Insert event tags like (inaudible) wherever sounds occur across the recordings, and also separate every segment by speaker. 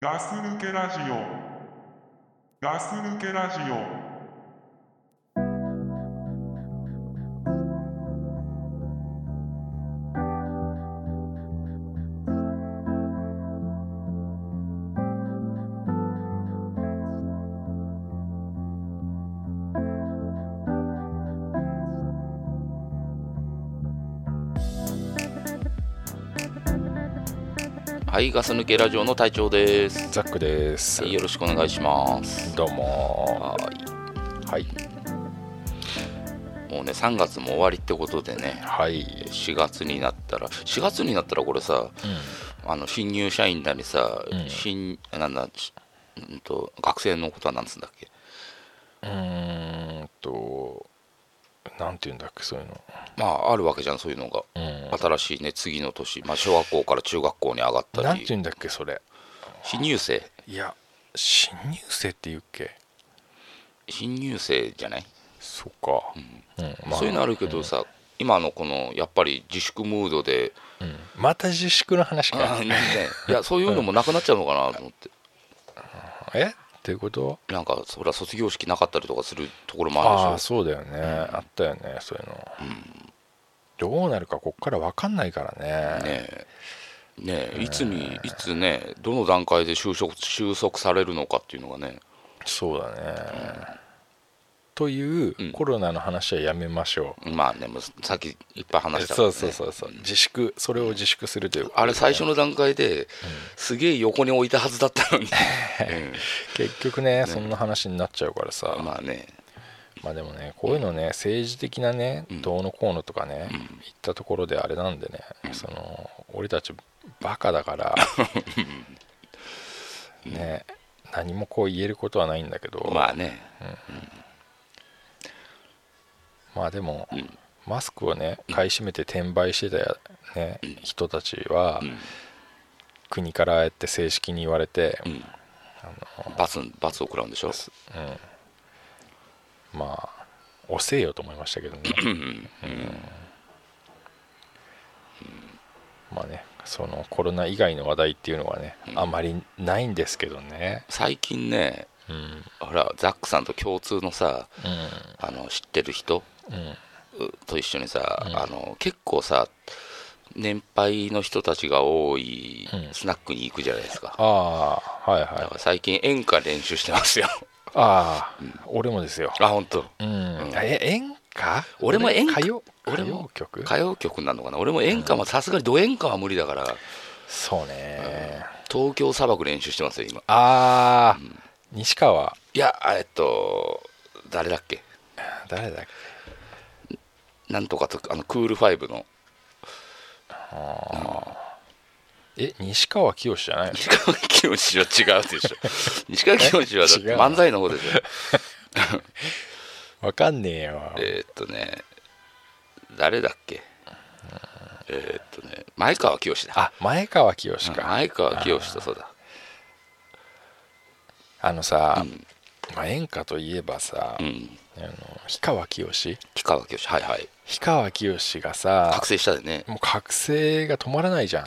Speaker 1: ガス抜けラジオガス抜けラジオ
Speaker 2: はい、ガス抜けラジオの隊長です。
Speaker 3: ザックです。
Speaker 2: はい、よろしくお願いします。
Speaker 3: どう
Speaker 2: は
Speaker 3: もはい。
Speaker 2: い、もうね、3月も終わりってことでね、
Speaker 3: はい。
Speaker 2: 4月になったら、4月になったらこれさ、あの新入社員なりさ、
Speaker 3: うん
Speaker 2: 新なんだ、しうんと学生のことはなんつうんだっけ、
Speaker 3: うん。ーんと、なんていうんだっけ、そういうの。
Speaker 2: まあ、あるわけじゃん、そういうのが。
Speaker 3: う
Speaker 2: 新しいね、次の年、まあ、小学校から中学校に上がっ
Speaker 3: ん。
Speaker 2: た
Speaker 3: なんて
Speaker 2: り
Speaker 3: い、うんだっけ、それ。
Speaker 2: 新入生、
Speaker 3: いや、新入生って言うっけ
Speaker 2: 新入生じゃない、
Speaker 3: そうか。うんま
Speaker 2: そういうのあるけどさ、今のこのやっぱり自粛ムードで、
Speaker 3: うんまた自粛の話
Speaker 2: あ
Speaker 3: か
Speaker 2: ー。 (laughs) ねいやそういうのもなくなっちゃうのかなと思って、
Speaker 3: えっていうこと
Speaker 2: なんかそりゃ卒業式なかったりとかするところもあ
Speaker 3: あ
Speaker 2: る
Speaker 3: あ、
Speaker 2: でし
Speaker 3: そうだよね。あったよね、そういうの。どうなるか、こっから分かんないから
Speaker 2: ょ
Speaker 3: ね。
Speaker 2: ねえねえいつにいつねどの段階で就職収束されるのかっていうのがね
Speaker 3: そうだね。という、
Speaker 2: うん
Speaker 3: コロナの話はやめましょう。
Speaker 2: まあねもうさっきいっぱい話したから
Speaker 3: そ
Speaker 2: ね
Speaker 3: うそうそうそう自粛それを自粛するという
Speaker 2: あれ最初の段階で、すげえ横に置いたはずだった
Speaker 3: (laughs)
Speaker 2: のに、
Speaker 3: 結局ねそんな話になっちゃうからさ、
Speaker 2: うん
Speaker 3: ま
Speaker 2: ま
Speaker 3: あ、
Speaker 2: あね
Speaker 3: でもねこういうのね政治的なね
Speaker 2: ん
Speaker 3: どうのこうのとかね、
Speaker 2: うん
Speaker 3: 言ったところであれなんでね、その俺たちバカだから
Speaker 2: (laughs)
Speaker 3: ね何もこう言えることはないんだけど、
Speaker 2: まあね
Speaker 3: まあでも、
Speaker 2: ん
Speaker 3: マスクをね買い占めて転売してたや、ね人たちは、
Speaker 2: ん
Speaker 3: 国からああやって正式に言われて、
Speaker 2: うん罰罰を食らうんでしょ
Speaker 3: うん、まあ遅せよと思いました
Speaker 2: (clears throat)
Speaker 3: けどね、うんまあねそのコロナ以外の話題っていうのはね、あまりないんですけどね
Speaker 2: 最近ね
Speaker 3: うん
Speaker 2: ほらザックさんと共通のさあの知ってる人
Speaker 3: うんうん
Speaker 2: と一緒にさ、
Speaker 3: うん
Speaker 2: あの結構さ年配の人たちが多い
Speaker 3: うん
Speaker 2: スナックに行くじゃないですか、
Speaker 3: ああはいは
Speaker 2: だ
Speaker 3: い
Speaker 2: から最近演歌練習してます
Speaker 3: (laughs)
Speaker 2: よ
Speaker 3: ああ、俺もですよ
Speaker 2: あ本当
Speaker 3: うん、え演歌
Speaker 2: 俺も演歌
Speaker 3: 歌謡歌
Speaker 2: 俺も
Speaker 3: 謡曲
Speaker 2: 歌謡曲なのかな俺も演歌もさすがにド演歌は無理だから
Speaker 3: そうね、
Speaker 2: 東京砂漠練習してますよ今
Speaker 3: ああ、西川
Speaker 2: いやえっと誰だっけ
Speaker 3: 誰だっけ
Speaker 2: なんとかとあのクールファイブの (laughs)
Speaker 3: え西川きよしじゃないの
Speaker 2: 西川きよしは違うでしょ西川きよしはだって
Speaker 3: え違う
Speaker 2: 漫才の方でしょ
Speaker 3: わかんねえよ、
Speaker 2: えーっとね誰だっけえーっとね前川きよしだ
Speaker 3: あ前川きよしか
Speaker 2: 前川清とそうだ
Speaker 3: あのさ、
Speaker 2: うん
Speaker 3: まあ、演歌といえばさ、
Speaker 2: うん
Speaker 3: あの氷川きよし
Speaker 2: 氷川きよしはいはい
Speaker 3: 氷川きよしがさ
Speaker 2: 覚醒したでね
Speaker 3: もう覚醒が止まらないじゃん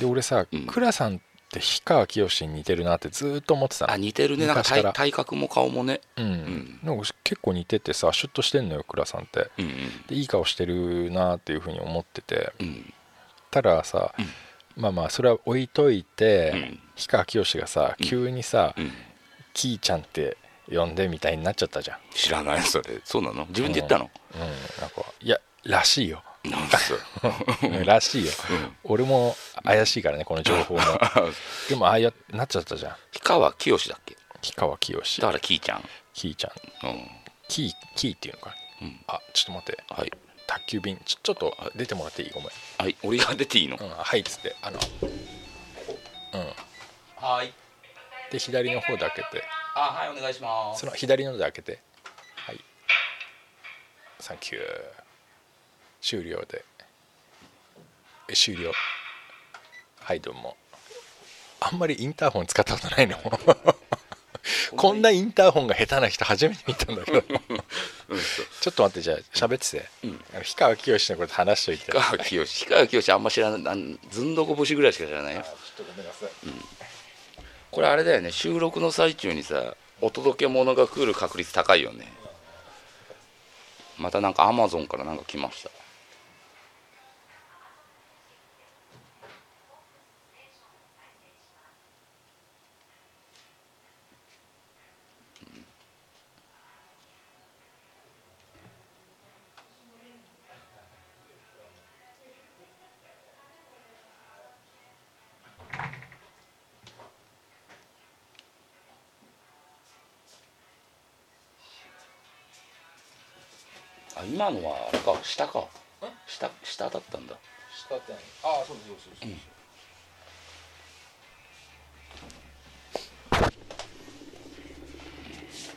Speaker 3: で俺さ
Speaker 2: うん
Speaker 3: 倉さんって氷川きよしに似てるなってずーっと思ってたの
Speaker 2: あ似てるねなんか
Speaker 3: 昔から
Speaker 2: 体体格も顔もね
Speaker 3: うん、なんか結構似ててさシュッとしてんのよ倉さんって
Speaker 2: うん
Speaker 3: でいい顔してるなっていうふうに思ってて
Speaker 2: うんうん
Speaker 3: たださ、まあまあそれは置いといて、
Speaker 2: うん
Speaker 3: 氷川きよしがさ急にさ、
Speaker 2: うん
Speaker 3: キーちゃんって呼んでみたいになっちゃったじゃん
Speaker 2: 知らないそれそうなの自分で言ったの
Speaker 3: うんなんかいやらしいよ
Speaker 2: なんですよ
Speaker 3: らしいよ、俺も怪しいからねこの情
Speaker 2: (laughs)
Speaker 3: 報もでもああやなっちゃったじゃん
Speaker 2: 氷川きよしだっけ
Speaker 3: 氷川きよし
Speaker 2: だからきいちゃん
Speaker 3: キーちゃん
Speaker 2: うん
Speaker 3: キーキーっていうのか、
Speaker 2: うん
Speaker 3: あちょっと待って
Speaker 2: はい
Speaker 3: 宅急便ちょちょっと出てもらっていいごめん、
Speaker 2: はい俺が出ていいの
Speaker 3: うん、はいっつってあの
Speaker 2: はい
Speaker 3: で左の方で開けて
Speaker 2: あはいお願いしま
Speaker 3: その左ので開けてはいサンキュー終了でえ終了はいどうもあんまりインターホン使ったことないのこんなインターホンが下手な人初めて見たんだけど
Speaker 2: うんそう
Speaker 3: ちょっと待ってじゃあ喋ってて、
Speaker 2: うん
Speaker 3: あの氷川きよしのこと話しといて
Speaker 2: 氷川きよし氷川きよしあんま知らないあんずんどこ節ぐらいしか知らないよ
Speaker 3: ちょっとごめんなさい、
Speaker 2: これあれだよね収録の最中にさお届け物が来る確率高いよねまたなんかアマゾンからなんか来ましたあ今のはあれか下か下下だったんだ
Speaker 3: 下ってないああそうそうそうそう、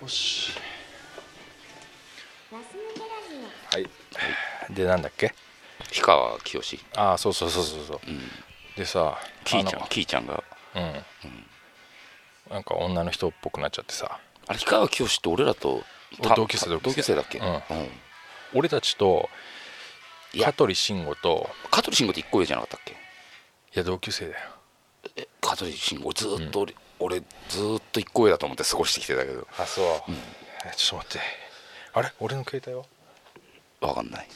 Speaker 3: よしはいでなんだっけ
Speaker 2: 氷川きよし
Speaker 3: ああそうそうそうそうそう、でさ
Speaker 2: キーちゃ
Speaker 3: あ
Speaker 2: んキーちゃんが
Speaker 3: のうん、なんか女の人っぽくなっちゃってさ
Speaker 2: あれ氷川きよしって俺らとた
Speaker 3: 同級生
Speaker 2: 同級生だっけ
Speaker 3: うん
Speaker 2: うん
Speaker 3: 俺たちと
Speaker 2: いや
Speaker 3: 香取慎吾と
Speaker 2: 香取慎吾って一個上じゃなかったっけ
Speaker 3: いや同級生だよ
Speaker 2: え香取慎吾ずーっと俺,、俺ずーっと一個上だと思って過ごしてきてたけど
Speaker 3: あそう、ちょっと待ってあれ俺の携帯は
Speaker 2: わかんない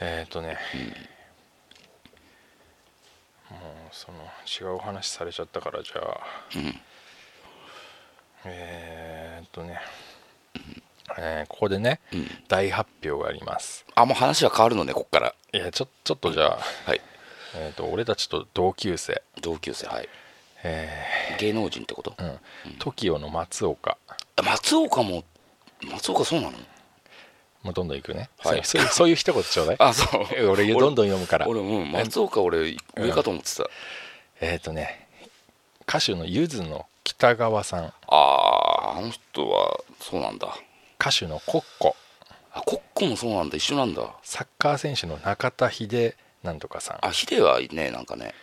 Speaker 3: えっ、ー、とね、もうその違うお話されちゃったからじゃあ、
Speaker 2: うん
Speaker 3: えっ、ー、とね、えーここでね、
Speaker 2: ん
Speaker 3: 大発表があります
Speaker 2: あもう話は変わるのねこっから
Speaker 3: いやちょちょっとじゃあ、
Speaker 2: はい
Speaker 3: えー、と俺たちと同級生、
Speaker 2: 同級生はい
Speaker 3: え
Speaker 2: 芸能人ってこと
Speaker 3: ーうん、TOKIO の松岡
Speaker 2: あ松岡も松岡そうなの
Speaker 3: もうどんどん行くね、
Speaker 2: はい
Speaker 3: そうそういうそういう一言ちょうだい
Speaker 2: あそう (laughs)
Speaker 3: え俺どんどん読むから
Speaker 2: 俺もうん松岡俺上かと思ってた、
Speaker 3: えっ、とね歌手のゆずの北川さん
Speaker 2: あああの人はそうなんだ
Speaker 3: 歌手のコッコ
Speaker 2: あコッコもそうなんだ一緒なんだ
Speaker 3: サッカー選手の中田秀なんとかさん、
Speaker 2: あヒデはいねなんかね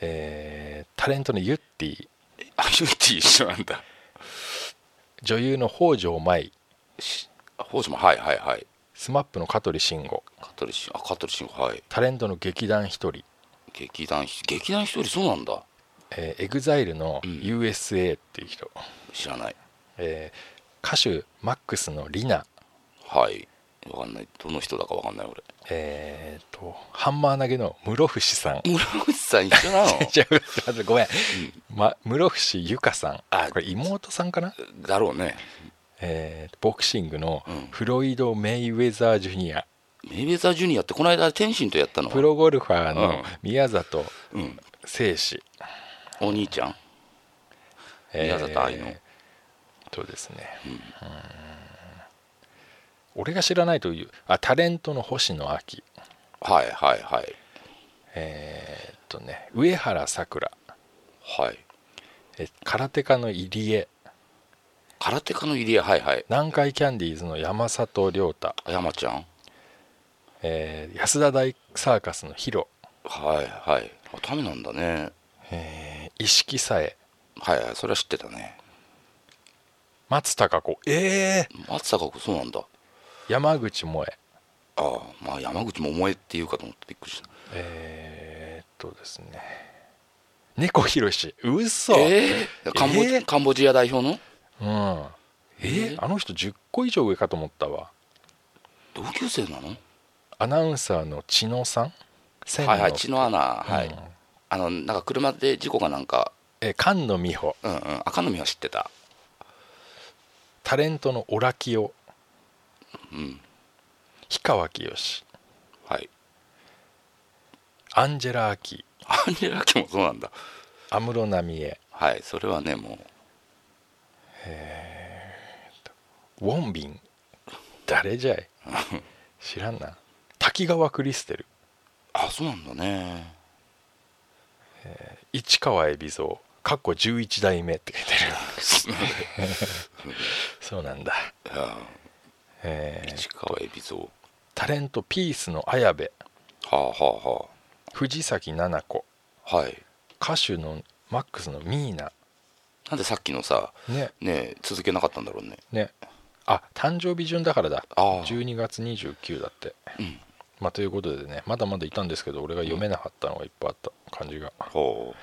Speaker 3: えータレントのゆってぃ
Speaker 2: あユーティ一緒なんだ
Speaker 3: 女優の北条舞
Speaker 2: しあ北島はいはいはい
Speaker 3: スマップの香取慎吾
Speaker 2: 香取慎吾あ香取慎吾はい
Speaker 3: タレントの劇団ひとり、
Speaker 2: 劇団ひ劇団一人そうなんだ
Speaker 3: えー、エグザイルの
Speaker 2: うん
Speaker 3: USA っていう人、
Speaker 2: 知らない
Speaker 3: えー歌手マックスのリナ
Speaker 2: はいわかんないどの人だかわかんない俺
Speaker 3: えー、とハンマー投げの室伏さん
Speaker 2: 村口さん一緒な
Speaker 3: (laughs)
Speaker 2: の
Speaker 3: 違うごめん、ま、室伏ゆかさん
Speaker 2: あ
Speaker 3: これ妹さんかな
Speaker 2: だろうね
Speaker 3: えーボクシングの
Speaker 2: うん
Speaker 3: フロイド・メイウェザー・ジュニア、
Speaker 2: メイウェザージュニアってこの間天心とやったの
Speaker 3: プロゴルファ
Speaker 2: う
Speaker 3: ー
Speaker 2: ん
Speaker 3: の宮里
Speaker 2: うん
Speaker 3: 誠司、
Speaker 2: お兄ちゃん
Speaker 3: えー
Speaker 2: 宮里藍の
Speaker 3: とですね、うーん俺が知らないというあタレントの星野亜紀
Speaker 2: はいはいはい
Speaker 3: えーっとね上原さくら
Speaker 2: はい
Speaker 3: え空手家の入江
Speaker 2: 空手家の入江はいはい
Speaker 3: 南海キャンディーズの山里亮太、
Speaker 2: 山ちゃん
Speaker 3: えー安田大サーカスのヒロ、
Speaker 2: はいはいあダメなんだね
Speaker 3: えー、石木さえ
Speaker 2: はいはいそれは知ってたね
Speaker 3: 松たか子えー
Speaker 2: 松坂子そうなんだ
Speaker 3: 山口萌え
Speaker 2: ああまあ山口百恵っていうかと思ってびっくりした
Speaker 3: えー、っとですね猫ひろしうそ、
Speaker 2: ええカンボジ
Speaker 3: えー
Speaker 2: カンボジア代表の
Speaker 3: うんえ
Speaker 2: え
Speaker 3: ーあの人10個以上上かと思ったわ
Speaker 2: 同級生なの
Speaker 3: アナウンサーの知野さん千
Speaker 2: はいはい知のアナはい、
Speaker 3: うん
Speaker 2: あのなんか車で事故かなんか
Speaker 3: えー菅野美穂
Speaker 2: うんうん赤の実は知ってた
Speaker 3: タレントのオラキオ
Speaker 2: うん
Speaker 3: 氷川きよし
Speaker 2: はい
Speaker 3: アンジェラ・アキ
Speaker 2: アンジェラ・アキもそうなんだ
Speaker 3: 安室奈美恵
Speaker 2: はいそれはねも
Speaker 3: ウォンビン誰じゃい知らんな滝川クリステ
Speaker 2: う
Speaker 3: ル
Speaker 2: あそうなんだね (laughs)
Speaker 3: 市川海老蔵かっこ11代目って書いてあるそうなんだ、
Speaker 2: あ
Speaker 3: えー
Speaker 2: 市川海老
Speaker 3: タレントピースの綾部
Speaker 2: 蔵はあはあは
Speaker 3: 藤崎奈々子
Speaker 2: あはい
Speaker 3: 歌手のマックスのミーナ
Speaker 2: なんでさっきのさ
Speaker 3: ね
Speaker 2: ねえ続けなかったんだろうね
Speaker 3: ねあ誕生日順だからだ
Speaker 2: ああ
Speaker 3: 12月29だって
Speaker 2: うん
Speaker 3: まあ、ということでねまだまだいたんですけど俺が読めなかったのがいっぱいあった感じが、
Speaker 2: ほ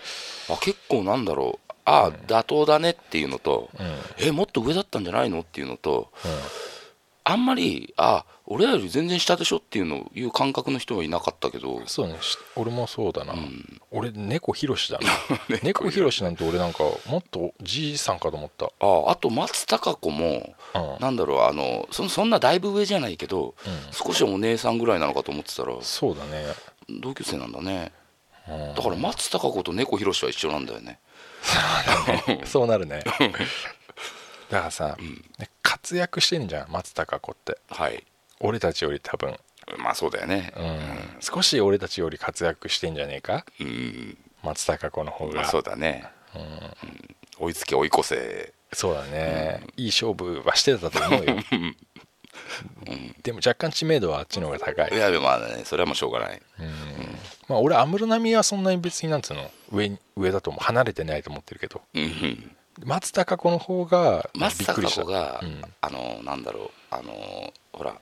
Speaker 2: うあ結構なんだろうああ、妥当だねっていうのと、
Speaker 3: うんうん
Speaker 2: えもっと上だったんじゃないのっていうのとあんまりあ俺らより全然下でしょっていうのいう感覚の人はいなかったけど
Speaker 3: そうねし俺もそうだな、
Speaker 2: うん
Speaker 3: 俺猫ひろしだな (laughs) 猫ひろしなんて俺なんかもっとじいさんかと思った
Speaker 2: ああと松たか子も
Speaker 3: うん、うん
Speaker 2: なんだろうあのそそんなだいぶ上じゃないけど少しお姉さんぐらいなのかと思ってたら
Speaker 3: そうだね、
Speaker 2: 同級生なんだね
Speaker 3: うん、
Speaker 2: だから松たか子と猫ひろしは一緒なんだよね
Speaker 3: そうなるねだからさ、ね活躍してんじゃん松たか子って
Speaker 2: はい
Speaker 3: 俺たちより多分、
Speaker 2: まあそうだよね
Speaker 3: うん少し俺たちより活躍してんじゃねえか
Speaker 2: うん、
Speaker 3: 松たか子の方が、
Speaker 2: まあそうだね、うん追いつけ追い越せ
Speaker 3: そうだね、いい勝負はしてたと思うよ、でも若干知名度はあっちの方が高い
Speaker 2: い、やでもまあねそれはもうしょうがない
Speaker 3: うんまあ俺安室奈美恵はそんなに別になんつうの上に上だと思う離れてないと思ってるけど
Speaker 2: うんうん
Speaker 3: 松たか子の方がびっ
Speaker 2: 松た
Speaker 3: く
Speaker 2: か
Speaker 3: りした
Speaker 2: 子が、
Speaker 3: うん
Speaker 2: あのなんだろうあのほら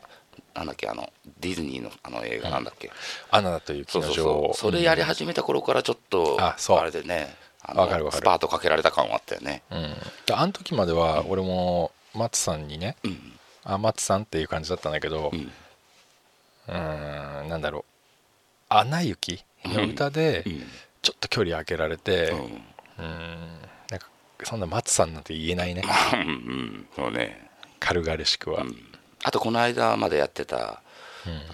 Speaker 2: なんだっけあのディズニーのあの映画なんだっけ、
Speaker 3: アナという
Speaker 2: そ
Speaker 3: 木
Speaker 2: うそう
Speaker 3: の女王
Speaker 2: そうそれやり始めた頃からちょっと、
Speaker 3: あそう
Speaker 2: あれでねあ
Speaker 3: わかるわかる
Speaker 2: スパートかけられた感はあったよね
Speaker 3: うん、であの時までは俺も松さんにね、
Speaker 2: うん
Speaker 3: あ松さんっていう感じだったんだけど
Speaker 2: う
Speaker 3: うんーんなんだろう「アナ雪」の歌で
Speaker 2: うん
Speaker 3: ちょっと距離開けられて
Speaker 2: う
Speaker 3: うん
Speaker 2: ん
Speaker 3: ーんなんかそんな松さんなんて言えないね
Speaker 2: うんうんそうね
Speaker 3: 軽々しくは、
Speaker 2: うんあとこの間までやってた、あ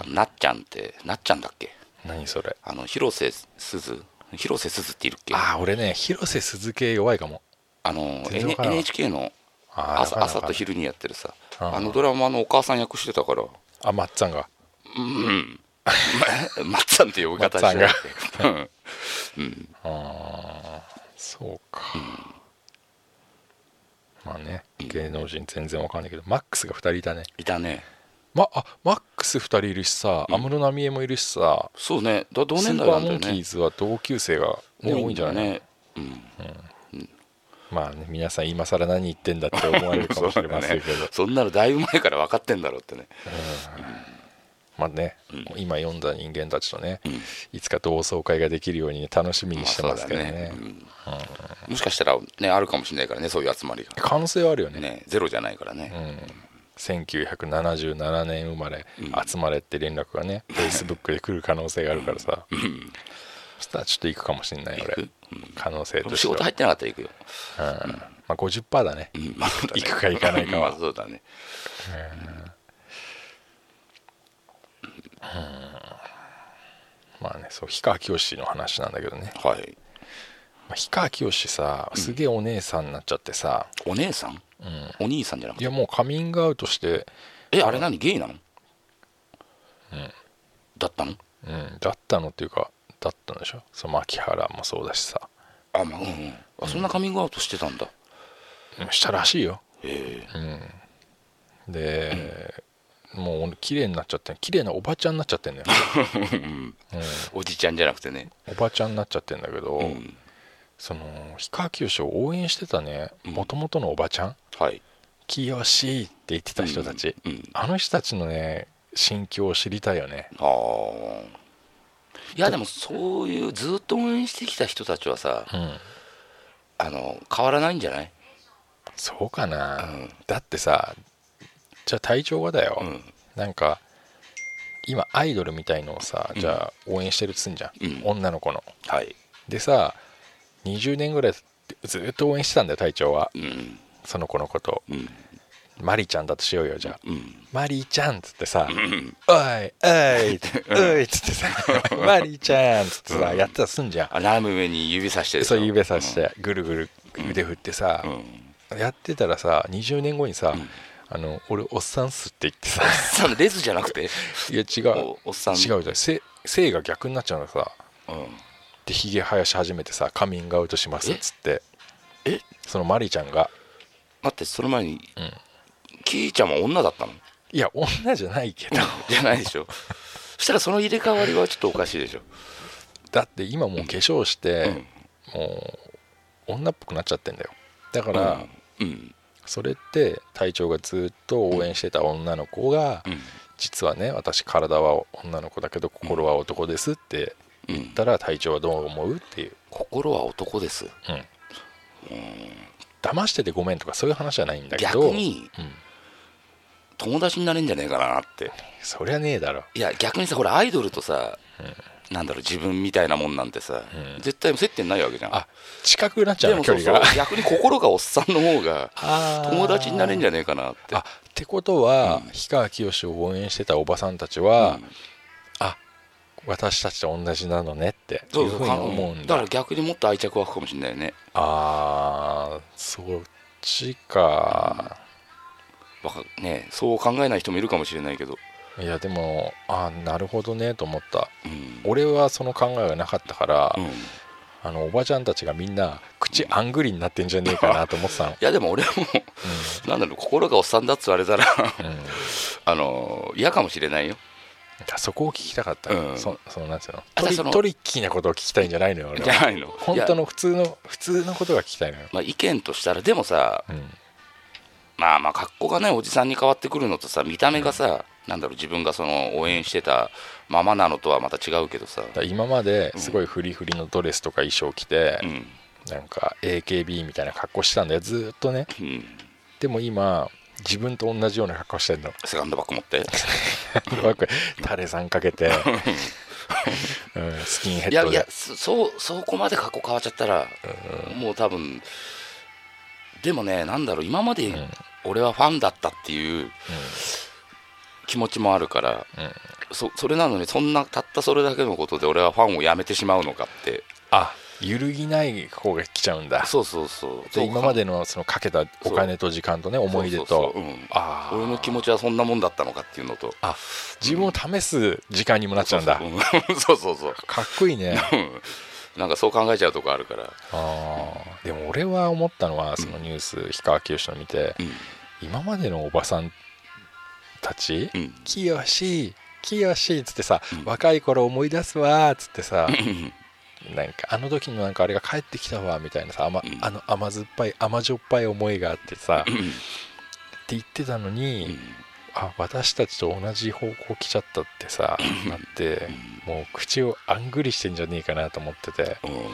Speaker 2: のなっちゃんってなっちゃんだっけ
Speaker 3: 何それ
Speaker 2: あの広瀬すず広瀬すずっているっけあ
Speaker 3: ああ俺ね広瀬すず系弱いかも
Speaker 2: の
Speaker 3: 全
Speaker 2: N
Speaker 3: 然わからん
Speaker 2: NHK の
Speaker 3: あー
Speaker 2: 朝
Speaker 3: わかんない
Speaker 2: 朝と昼にやってるさ
Speaker 3: うん
Speaker 2: あのドラマのお母さん役してたから
Speaker 3: あ松さんが
Speaker 2: うんうんま (laughs) まっちゃんって呼び方して
Speaker 3: ま
Speaker 2: る
Speaker 3: っ
Speaker 2: うん
Speaker 3: あーそうか、まあね芸能人全然わかんないけどマックスが2人いたね
Speaker 2: いたね
Speaker 3: ま、あマックス2人いるしさ安室奈美恵もいるしさ、
Speaker 2: そうねだ同
Speaker 3: ス
Speaker 2: 年
Speaker 3: ー
Speaker 2: 代
Speaker 3: パ
Speaker 2: なん
Speaker 3: ーモ
Speaker 2: だよ
Speaker 3: ンキー
Speaker 2: ね
Speaker 3: ズは同級生が、ね、多いんじゃない、
Speaker 2: ねうん
Speaker 3: まあね皆さん今更何言ってんだって思われるかもし
Speaker 2: そう
Speaker 3: れ
Speaker 2: だ
Speaker 3: ません
Speaker 2: ね
Speaker 3: けど、
Speaker 2: (laughs) そんなのだいぶ前から分かってんだろうってね
Speaker 3: まあね、今読んだ人間たちとね、いつか同窓会ができるようにね楽しみにしてますけどね,、
Speaker 2: まあそうだねもしかしたらねあるかもしれないからねそういう集まりが
Speaker 3: 可能性はあるよね
Speaker 2: ねゼロじゃないからね、
Speaker 3: うん、1977年生まれ、集まれって連絡がね Facebook で来る可能性があるからさ、そしたらちょっと行くかもしんない俺、可能性とし
Speaker 2: 仕
Speaker 3: ては
Speaker 2: 事入ってなかったら行くよ、
Speaker 3: うんまあ、50%だね、
Speaker 2: うんまあそうだね
Speaker 3: 行くか行かないかは
Speaker 2: まあそうだね
Speaker 3: まあねそう氷川きよしの話なんだけどね
Speaker 2: はい
Speaker 3: まあ氷川きよしさすげえお姉さんになっちゃってさ、
Speaker 2: お姉さん、お兄さんじゃなく
Speaker 3: い
Speaker 2: て
Speaker 3: やもうカミングアウトして、
Speaker 2: えあれ何ゲイなの、だったの
Speaker 3: うん、だったのっていうかだったんでしょその牧原もそうだしさ、
Speaker 2: あまあうんうん、あそんなカミングアウトしてたんだ
Speaker 3: うん、したらしいよ
Speaker 2: へえ
Speaker 3: で、もう綺麗になっちゃって綺麗なおばちゃんになっちゃってんだよ、
Speaker 2: おじちゃんじゃなくてね
Speaker 3: おばちゃんになっちゃってんだけど、
Speaker 2: うん
Speaker 3: その氷川きよしを応援してたねもともとのおばちゃん
Speaker 2: はい
Speaker 3: 「きよし」って言ってた人たち、
Speaker 2: うんうん
Speaker 3: あの人たちのね心境を知りたいよね
Speaker 2: ああいやでもそういうずっと応援してきた人たちはさ
Speaker 3: うん
Speaker 2: あの変わらないんじゃない
Speaker 3: そうかな、
Speaker 2: うん
Speaker 3: だってさじゃあ体調がだよ、
Speaker 2: うん
Speaker 3: なんか今アイドルみたいのをさじゃあ応援してるっつんじゃん、
Speaker 2: うん
Speaker 3: 女の子の
Speaker 2: はい
Speaker 3: でさ20年ぐらいずっと応援してたんだよ隊長は
Speaker 2: うん
Speaker 3: その子のことを
Speaker 2: うん
Speaker 3: マリちゃんだとしようよじゃあ、
Speaker 2: うん
Speaker 3: マリちゃんっつってさ「おいおい」って「おい」っつっ
Speaker 2: (laughs)
Speaker 3: てさ「マリちゃん」っつってさやってたとすんじゃん
Speaker 2: あ斜め上に指さしてるでしょ
Speaker 3: そう指さしてぐるぐる腕振ってさ
Speaker 2: う、ん
Speaker 3: やってたらさ20年後にさ、あの俺おっさんっすって
Speaker 2: (laughs)
Speaker 3: 言ってさ
Speaker 2: さレズじゃなくて
Speaker 3: いや違う
Speaker 2: おおっさん
Speaker 3: 違うじゃん性性が逆になっちゃうのさ
Speaker 2: うん
Speaker 3: でひげ生やし始めてさカミングアウトしますっつって
Speaker 2: え
Speaker 3: そのマリちゃんが
Speaker 2: 待ってその前に、
Speaker 3: ん
Speaker 2: キーちゃんは女だったの
Speaker 3: いや女じゃないけど
Speaker 2: じゃないでしょそしたらその入れ替わりはちょっとおかしいでしょ
Speaker 3: だって今もう化粧して、もう女っぽくなっちゃってんだよだから、
Speaker 2: うんうん
Speaker 3: それって隊長がずっと応援してた女の子が、
Speaker 2: うん
Speaker 3: 実はね私体は女の子だけど心は男ですって
Speaker 2: う
Speaker 3: 言っ
Speaker 2: ん、
Speaker 3: たら体調はどう思うっていう、
Speaker 2: 心は男です、
Speaker 3: うん、
Speaker 2: うん、
Speaker 3: 騙しててごめんとかそういう話じゃないんだけど
Speaker 2: 逆、に
Speaker 3: うん、
Speaker 2: 友達になれんじゃねえかなって
Speaker 3: そりゃねえだろ
Speaker 2: いや逆にさほらアイドルとさ、なんだろう自分みたいなもんなんてさ、
Speaker 3: うん
Speaker 2: 絶対接点ないわけじゃん
Speaker 3: あ近くなっちゃ
Speaker 2: で
Speaker 3: うの
Speaker 2: も
Speaker 3: 距
Speaker 2: そう
Speaker 3: 離
Speaker 2: そう
Speaker 3: が
Speaker 2: 逆に心がおっさんの方
Speaker 3: (laughs)
Speaker 2: が友
Speaker 3: 友
Speaker 2: 達になれんじ
Speaker 3: ゃ
Speaker 2: ゃねえかなって
Speaker 3: あってことは、
Speaker 2: うん
Speaker 3: 氷川きよしを応援してたおばさんたちは、
Speaker 2: うん
Speaker 3: あ私たちと同じなのねってい
Speaker 2: そう
Speaker 3: う
Speaker 2: そ
Speaker 3: ふ
Speaker 2: う
Speaker 3: うに思う
Speaker 2: かだ
Speaker 3: んだ
Speaker 2: から逆にもっと愛着湧くかもしれないよね
Speaker 3: あーそっちか、
Speaker 2: わかねそう考えない人もいるかもしれないけど、
Speaker 3: いやでもあーなるほどねと思った
Speaker 2: うん
Speaker 3: 俺はその考えがなかったから、
Speaker 2: うんい
Speaker 3: あのおばちゃんたちがみんな口あんぐりになってんじゃねえかなと思ってたの
Speaker 2: やでも俺 (laughs) もなんだろう心がおっさんだっつ言われたら (laughs)
Speaker 3: うん、うん、い
Speaker 2: あの嫌かもしれないよ
Speaker 3: やそこを聞きたかった、
Speaker 2: うん
Speaker 3: そそのなんていうの
Speaker 2: あ
Speaker 3: トリ
Speaker 2: その
Speaker 3: トリッキーなことを聞きたいんじゃないのよ俺
Speaker 2: じゃ
Speaker 3: は
Speaker 2: ないの
Speaker 3: 本
Speaker 2: い
Speaker 3: 当
Speaker 2: や
Speaker 3: の普通の普通のことが聞きたいのよ、
Speaker 2: まあ、意見としたらでもさ
Speaker 3: うん
Speaker 2: まあまあ格好がないおじさんに変わってくるのとさ見た目がさ、なんだろう自分がその応援してたままなのとはまた違うけどさ
Speaker 3: だから今まですごいフリフリのドレスとか衣装着て
Speaker 2: う、ん
Speaker 3: なんか AKB みたいな格好してたんだよずーっとね
Speaker 2: うん
Speaker 3: でも今自分と同じような格好して
Speaker 2: (laughs)
Speaker 3: んの
Speaker 2: セカンドバッグ持
Speaker 3: (laughs)
Speaker 2: って
Speaker 3: タレさんかけて、うん、スキン
Speaker 2: い
Speaker 3: ヘッ
Speaker 2: や
Speaker 3: ド
Speaker 2: いや
Speaker 3: で
Speaker 2: そそうそこまで格好変わっちゃったら、もう多分でもねなんだろう今まで
Speaker 3: ん
Speaker 2: 俺はファンだったっていう気持ちもあるから、
Speaker 3: うん
Speaker 2: そそれなのにそんなたったそれだけのことで俺はファンをやめてしまうのかって
Speaker 3: あ揺るぎない方が来ちゃうんだ
Speaker 2: そうそうそう
Speaker 3: で
Speaker 2: そう
Speaker 3: 今までのそのかけたお金と時間とね思い出と
Speaker 2: そうそうそううん
Speaker 3: あー
Speaker 2: 俺の気持ちはそんなもんだったのかっていうのと
Speaker 3: あ自分を試す時間にもなっちゃうんだ
Speaker 2: (laughs) そうそうそう
Speaker 3: かっこいいね
Speaker 2: うんうんなんかそう考えちゃうとこあるから
Speaker 3: あーでも俺は思ったのはそのニュース氷川きよしの見て、
Speaker 2: うん
Speaker 3: 今までのおばさんたち
Speaker 2: うん
Speaker 3: 「きよしきよし」っつってさ、
Speaker 2: うん
Speaker 3: 若い頃思い出すわ」っつってさ、
Speaker 2: うん
Speaker 3: なんかあの時のなんかあれが帰ってきたわみたいなさ、甘
Speaker 2: うん
Speaker 3: あの甘酸っぱい甘じょっぱい思いがあってさ、
Speaker 2: う
Speaker 3: って
Speaker 2: ん
Speaker 3: 言ってたのに、
Speaker 2: うん
Speaker 3: あ私たちと同じ方向来ちゃったってさ、なってもう口をあんぐりしてんじゃねえかなと思ってて
Speaker 2: うん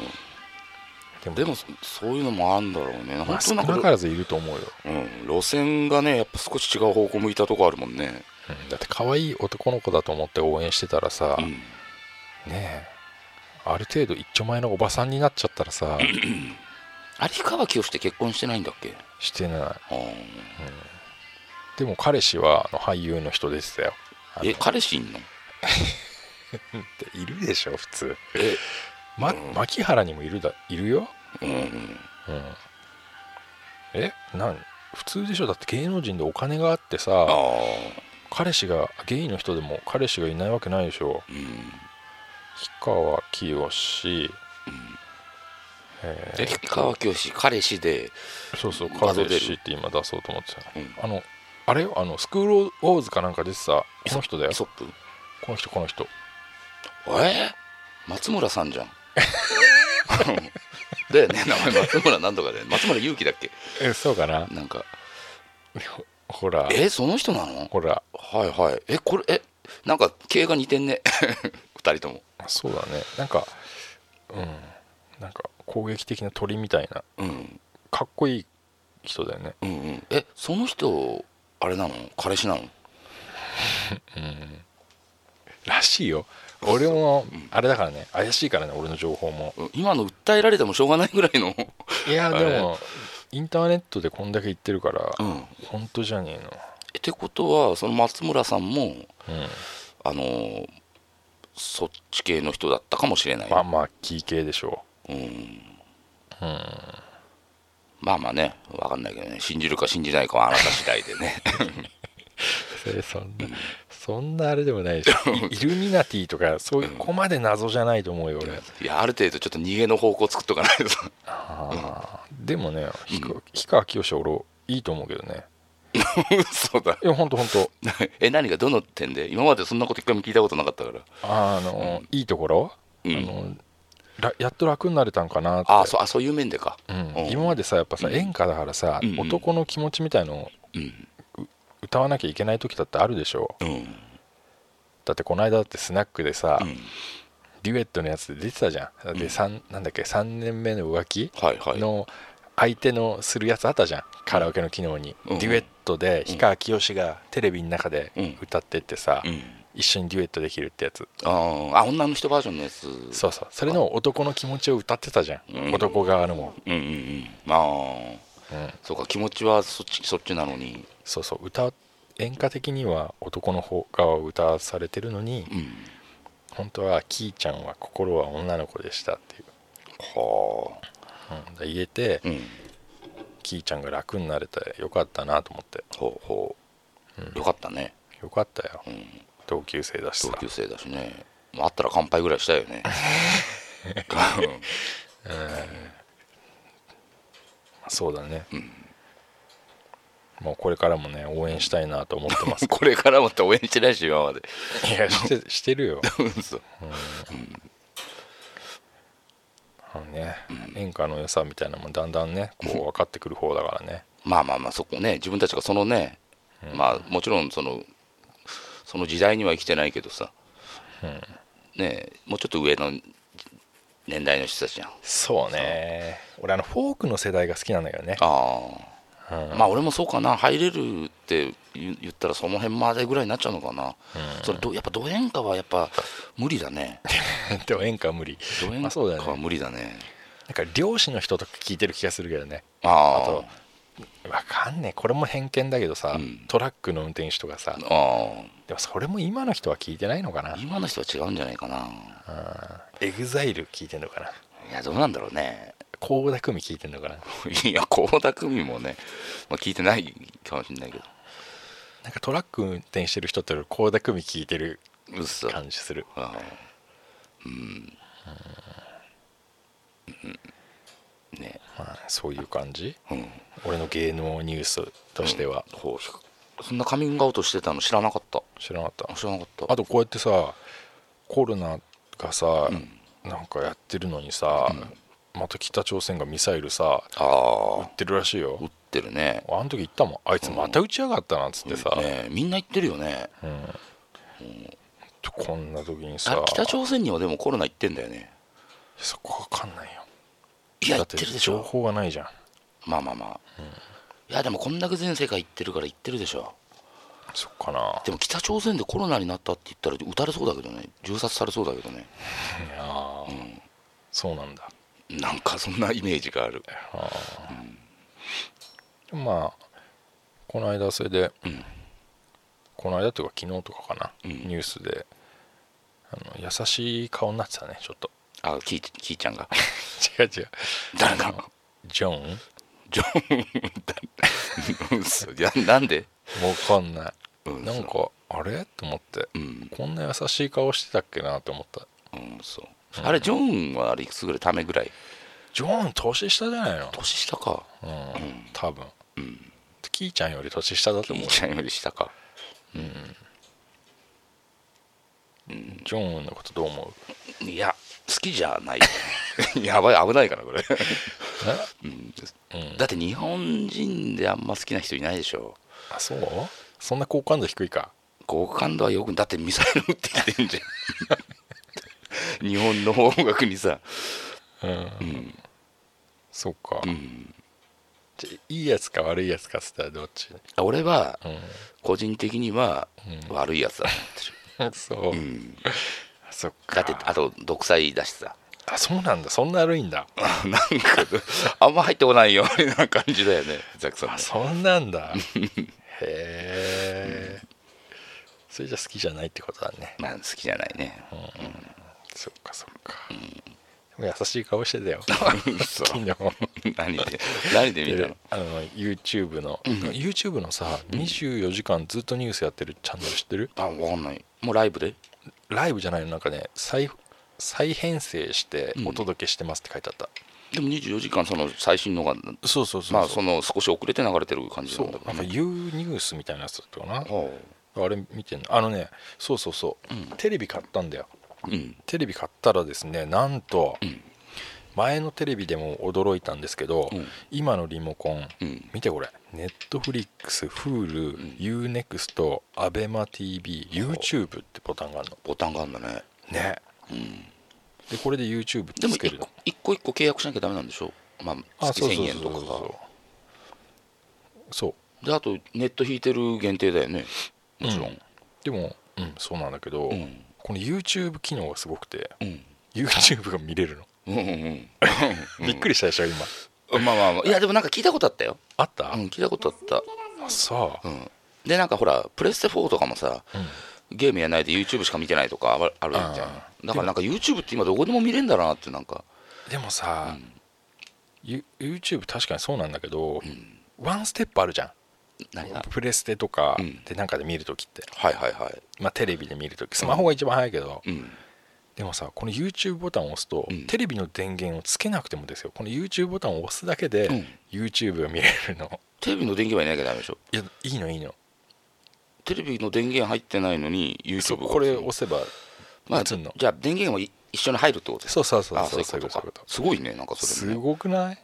Speaker 3: でも
Speaker 2: でもそそういうのもあるんだろうね
Speaker 3: まあ、
Speaker 2: 本当な
Speaker 3: 少なんか
Speaker 2: から
Speaker 3: ずいると思うよ、
Speaker 2: うん、路線がねやっぱ少し違う方向向いたとこあるもんね
Speaker 3: うんだって可愛い男の子だと思って応援してたらさ、
Speaker 2: うん
Speaker 3: ねえある程度一丁前のおばさんになっちゃったらさ
Speaker 2: 有川清って結婚してないんだっけ
Speaker 3: してな
Speaker 2: あー
Speaker 3: いでも彼氏はあの俳優の人でしたよあの
Speaker 2: え彼氏いんの
Speaker 3: っているでしょ普通、
Speaker 2: え
Speaker 3: ま
Speaker 2: うん
Speaker 3: 牧原にもいるだいるよ、
Speaker 2: うんうん
Speaker 3: うん、えなん普通でしょだって芸能人でお金があってさ
Speaker 2: ああ
Speaker 3: 彼氏がゲイの人でも彼氏がいないわけないでしょ
Speaker 2: うん
Speaker 3: 氷川きよしえ
Speaker 2: え氷川きよし彼氏で
Speaker 3: ーそうそう
Speaker 2: 画像
Speaker 3: 彼
Speaker 2: 出る
Speaker 3: 氏って今出そうと思ってた、
Speaker 2: うん
Speaker 3: あのあれよあのスクールウォーズかなんか出てたこの人だよ
Speaker 2: イソップ
Speaker 3: この人この人
Speaker 2: えー松村さんじゃん (laughs) だよね名前松村なんとかだよね松村勇気だっけ
Speaker 3: えそうかな
Speaker 2: なんか
Speaker 3: ほら
Speaker 2: えその人なの
Speaker 3: ほら
Speaker 2: はいはいえこれえなんか系が似てんね (laughs) 二人とも
Speaker 3: そうだねなんかうんなんか攻撃的な鳥みたいな
Speaker 2: うん
Speaker 3: かっこいい人だよね
Speaker 2: うんうんえその人あれなの彼氏なの
Speaker 3: らしいよ俺もあれだからね怪しいからね俺の情報も
Speaker 2: うん今の訴えられてもしょうがないぐらいの
Speaker 3: いや
Speaker 2: あれ
Speaker 3: でもインターネットでこんだけ言ってるから、
Speaker 2: うん
Speaker 3: 本当じゃね
Speaker 2: えってことはその松村さんも
Speaker 3: えの、うん、
Speaker 2: あのーそっち系の人だったかもしれない、
Speaker 3: まあまあキー系でしょ
Speaker 2: うん
Speaker 3: う、うん、
Speaker 2: まあまあねわかんないけどね信じるか信じないかはあなた次第で
Speaker 3: (laughs)
Speaker 2: ね
Speaker 3: えそんなそんなあれでもないでしょイイルミナティとかそういうここまで謎じゃないと思うよ俺、
Speaker 2: いやある程度ちょっと逃げの方向作っとかないと (laughs)
Speaker 3: あーでもね氷川氷川きよしは俺いいと思うけどね
Speaker 2: そうだ
Speaker 3: いや本当本当
Speaker 2: え何がどの点で今までそんなこと一回も聞いたことなかったから
Speaker 3: あの、いいところ、
Speaker 2: うん
Speaker 3: あのらやっと楽になれたんかなって
Speaker 2: ああそうあそういう面でか
Speaker 3: う
Speaker 2: うん
Speaker 3: ん、今までさやっぱさ演歌だからさ、
Speaker 2: うんうん
Speaker 3: 男の気持ちみたいのを
Speaker 2: うん
Speaker 3: 歌わなきゃいけない時だってあるでしょ
Speaker 2: うん
Speaker 3: だってこの間だってスナックでさ、
Speaker 2: うん
Speaker 3: デュエットのやつで出てたじゃんで、三なんだっけ3年目の浮気
Speaker 2: はいはい
Speaker 3: の相手のするやつあったじゃんカラオケの機能に、
Speaker 2: うん
Speaker 3: デュエットで氷川きよしがテレビの中で
Speaker 2: うん
Speaker 3: 歌ってってさ、
Speaker 2: うん
Speaker 3: 一緒にデュエットできるってやつ
Speaker 2: あーあ女の人バージョンのやつ
Speaker 3: そうそうそれの男の気持ちを歌ってたじゃん、
Speaker 2: うん
Speaker 3: 男側のも、
Speaker 2: うんうんうんああ
Speaker 3: うん、
Speaker 2: そうか気持ちはそっちそっちなのに
Speaker 3: そうそう歌演歌的には男の方側を歌わされてるのに
Speaker 2: うん
Speaker 3: 本当はキーちゃんは心は女の子でしたっていう、
Speaker 2: はあ
Speaker 3: うん、で言えて、
Speaker 2: うん
Speaker 3: キーちゃんが楽になれてよかったなと思って
Speaker 2: ほうほう、よかったね、
Speaker 3: よかったよ
Speaker 2: うん、
Speaker 3: 同級生だし
Speaker 2: 同
Speaker 3: さ
Speaker 2: 級生だしねまああったら乾杯ぐらいしたいよね (laughs)
Speaker 3: そうだね、もうこれからもね応援したいなと思っ
Speaker 2: (laughs)
Speaker 3: てます
Speaker 2: これからもって応援してないし今まで (laughs)
Speaker 3: いやしてしてるよ
Speaker 2: そう
Speaker 3: あのね、演歌の良さみたいなのもだんだんねこう分かってくる方だからね
Speaker 2: まあまあまあそこね自分たちがそのね、まあもちろんそのその時代には生きてないけどさ、ねえもうちょっと上の年代の人たちじゃん
Speaker 3: そうね俺あのフォークの世代が好きなんだけどね
Speaker 2: ああ、
Speaker 3: う
Speaker 2: まあ俺もそうかな入れるって言言ったらその辺までぐらいになっちゃうのかな、それどやっぱド演歌はやっぱ無理だね
Speaker 3: でも演歌は無理
Speaker 2: ド演
Speaker 3: (laughs) まあそうだよ
Speaker 2: 歌は
Speaker 3: ね
Speaker 2: 無理だね
Speaker 3: なんか漁師の人とか聞いてる気がするけどねあ
Speaker 2: あ
Speaker 3: とわかんねえこれも偏見だけどさ、
Speaker 2: うん
Speaker 3: トラックの運転手とかさ
Speaker 2: ああ
Speaker 3: でもそれも今の人は聞いてないのかな
Speaker 2: あ今の人は違うんじゃないかな
Speaker 3: エグザイル聞いてんのかない
Speaker 2: やどうなんだろうね (laughs)
Speaker 3: 倖田來未聞いてんのかない
Speaker 2: や倖田來未もね、まあ、聞いてないかもしれないけど
Speaker 3: なんかトラック運転してる人って倖田來未聞いてる
Speaker 2: うっそ
Speaker 3: 感じする
Speaker 2: ああうん、うん、ね
Speaker 3: まあそういう感じ
Speaker 2: うん
Speaker 3: 俺の芸能ニュースとしては、
Speaker 2: ほうひそんなカミングアウトしてたの知らなかった
Speaker 3: 知らなかった
Speaker 2: 知らなかった
Speaker 3: あとこうやってさコロナがさ、なんかやってるのにさ、また北朝鮮がミサイルさ
Speaker 2: あ
Speaker 3: 撃ってるらしいよ
Speaker 2: 打ってるね
Speaker 3: あの時言ったもんあいつまた打ちやがったなっつってさ、
Speaker 2: ねみんな言ってるよね
Speaker 3: こんな時に
Speaker 2: あれ
Speaker 3: さ
Speaker 2: 北朝鮮にはでもコロナ行ってんだよね
Speaker 3: そこわかんないよ
Speaker 2: いや行
Speaker 3: だっ
Speaker 2: っててるでし
Speaker 3: 情
Speaker 2: ょ
Speaker 3: 報がないじゃん
Speaker 2: まあまあまあ、いやでもこんだけ全世界行ってるから行ってるでしょ
Speaker 3: そっかな
Speaker 2: でも北朝鮮でコロナになったって言ったら撃たれそうだけどね銃殺されそうだけどね
Speaker 3: いやー、そうなんだ
Speaker 2: なんかそんなイメージがある
Speaker 3: でもまあこの間それで、
Speaker 2: うん
Speaker 3: この間というか昨日とかかな、
Speaker 2: うん
Speaker 3: ニュースであの優しい顔になってたねちょっと
Speaker 2: あキーキーちゃん (laughs) が
Speaker 3: (laughs) 違う違う
Speaker 2: 誰か
Speaker 3: ジョン
Speaker 2: ジョンだ嘘いやなんで
Speaker 3: わかんない、
Speaker 2: うん
Speaker 3: なんかあれと思って、
Speaker 2: うん
Speaker 3: こんな優しい顔してたっけなと思った
Speaker 2: うんそうあれジョンはあれいくつぐらいためぐらい
Speaker 3: ジョン年下じゃないの
Speaker 2: 年下か
Speaker 3: うん、多分、キーちゃんより年下だ
Speaker 2: キ
Speaker 3: と思う
Speaker 2: ーちゃんより下か
Speaker 3: ジョンのことどう思う
Speaker 2: いや好きじゃない (laughs) やばい危ないからこれ、
Speaker 3: え
Speaker 2: うん
Speaker 3: うん
Speaker 2: だって日本人であんま好きな人いないでしょ
Speaker 3: あそうそんな好感度低いか
Speaker 2: 好感度はよくだってミサイル撃ってきてんじゃん (laughs) 日本の方角にさ
Speaker 3: うん、
Speaker 2: うん、
Speaker 3: そうか、
Speaker 2: うん、
Speaker 3: じゃいいやつか悪いやつかっつったらどっち
Speaker 2: 俺は
Speaker 3: う
Speaker 2: 個人的には悪いやつだと思ってる
Speaker 3: ん (laughs) そう、
Speaker 2: うん
Speaker 3: そっ
Speaker 2: だ
Speaker 3: か
Speaker 2: ってあと独裁だしさ (laughs)
Speaker 3: あそうなんだそんな悪いんだ
Speaker 2: なんかあんま入ってこないような感じだよねザクさんも
Speaker 3: あそんなん (laughs) だへえそれじゃ好きじゃないってことだね
Speaker 2: まあ好きじゃないね、
Speaker 3: そっかそっか、でも優しい顔してた (laughs) よ
Speaker 2: 嘘
Speaker 3: 昨日
Speaker 2: 何で何で見たの
Speaker 3: あの YouTube の、YouTube のさ24時間ずっとニュースやってるチャンネル知ってる
Speaker 2: あわかんないもうライブで
Speaker 3: ライブじゃないのなんかね再再編成してお届けしてますって書いてあった、
Speaker 2: でも24時間その最新のが
Speaker 3: そうそうそう
Speaker 2: まあその少し遅れて流れてる感じ
Speaker 3: そ
Speaker 2: な
Speaker 3: うん
Speaker 2: だけ
Speaker 3: なん
Speaker 2: ど
Speaker 3: か
Speaker 2: ね
Speaker 3: U ニュースみたいなやつだったかな
Speaker 2: は
Speaker 3: あれ見てんのあのねそうそうそう、テレビ買ったんだよ
Speaker 2: あうん
Speaker 3: テレビ買ったらですねなんと、
Speaker 2: ん
Speaker 3: 前のテレビでも驚いたんですけど、
Speaker 2: うん
Speaker 3: 今のリモコン、
Speaker 2: うん
Speaker 3: 見てこれネットフリックス HuluUNEXT アベマ t v y o u t u b e ってボタンがあるの
Speaker 2: ボタンがあるんだね
Speaker 3: ね
Speaker 2: うん
Speaker 3: でこれで YouTube って
Speaker 2: でも
Speaker 3: つけ
Speaker 2: 一
Speaker 3: るの
Speaker 2: 個一個一個契約しなきゃダメなんでしょまあ月1000円とか
Speaker 3: そう
Speaker 2: か
Speaker 3: そう
Speaker 2: であとネット引いてる限定だよねもちろん
Speaker 3: でも、うん、そうなんだけど、
Speaker 2: うん
Speaker 3: この YouTube 機能がすごくて
Speaker 2: うん
Speaker 3: YouTube が見れるの、
Speaker 2: うんうんうん
Speaker 3: びっくりしたでしょ今
Speaker 2: うんまあまあまあいやでもなんか聞いたことあったよ
Speaker 3: あった、
Speaker 2: うん聞いたことあった
Speaker 3: あそうう、
Speaker 2: んでなんかほらプレステ4とかもさ
Speaker 3: うん
Speaker 2: ゲームやらないで YouTube しか見てないとかあるあるじゃん
Speaker 3: あ
Speaker 2: だからなんか YouTube って今どこでも見れるんだなってなんか
Speaker 3: でもさ、ユ YouTube 確かにそうなんだけど、
Speaker 2: ん
Speaker 3: ワンステップあるじゃん
Speaker 2: 何が
Speaker 3: プレステとか
Speaker 2: うん
Speaker 3: でなんかで見るときって、
Speaker 2: はいはいはい
Speaker 3: まあ、テレビで見るときスマホが一番早いけど、
Speaker 2: うん
Speaker 3: でもさこの YouTube ボタンを押すと、
Speaker 2: うん
Speaker 3: テレビの電源をつけなくてもですよこの YouTube ボタンを押すだけで、
Speaker 2: うん
Speaker 3: YouTube が見れるの
Speaker 2: テレビの電源は入れなきゃダメでしょ
Speaker 3: いやいいのいいの
Speaker 2: テレビの電源入ってないのに
Speaker 3: そう
Speaker 2: YouTube が
Speaker 3: これ押せば
Speaker 2: まあ、
Speaker 3: 映んの
Speaker 2: じゃあ電源もい一緒に入るってことです
Speaker 3: そうそうそう
Speaker 2: あ
Speaker 3: そ
Speaker 2: そうういうことか
Speaker 3: そういうこと
Speaker 2: すごいねなんかそれ
Speaker 3: す
Speaker 2: ね
Speaker 3: ごくないだか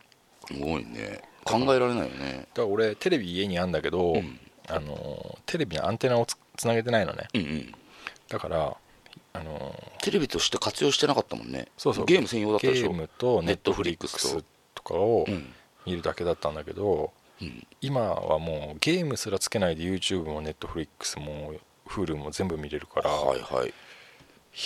Speaker 2: すごいね考えられないよね
Speaker 3: ら俺テレビ家にあんだけど、
Speaker 2: うん
Speaker 3: あのーテレビのアンテナをつつなげてないのね
Speaker 2: うんうん
Speaker 3: だからあのー
Speaker 2: テレビとして活用してなかったもんね
Speaker 3: そうそう
Speaker 2: ゲーム専用だった
Speaker 3: ゲ
Speaker 2: でしょ
Speaker 3: ームとネ
Speaker 2: ネ
Speaker 3: ッ
Speaker 2: ット
Speaker 3: トフ
Speaker 2: フ
Speaker 3: リ
Speaker 2: リ
Speaker 3: ッ
Speaker 2: ッ
Speaker 3: ク
Speaker 2: ク
Speaker 3: ス
Speaker 2: スと
Speaker 3: とかを
Speaker 2: うん
Speaker 3: 見るだけだったんだけど、
Speaker 2: うん
Speaker 3: 今はもうゲームすらつけないで YouTube もネットフリックスも Hulu も全部見れるから、い、
Speaker 2: はいはい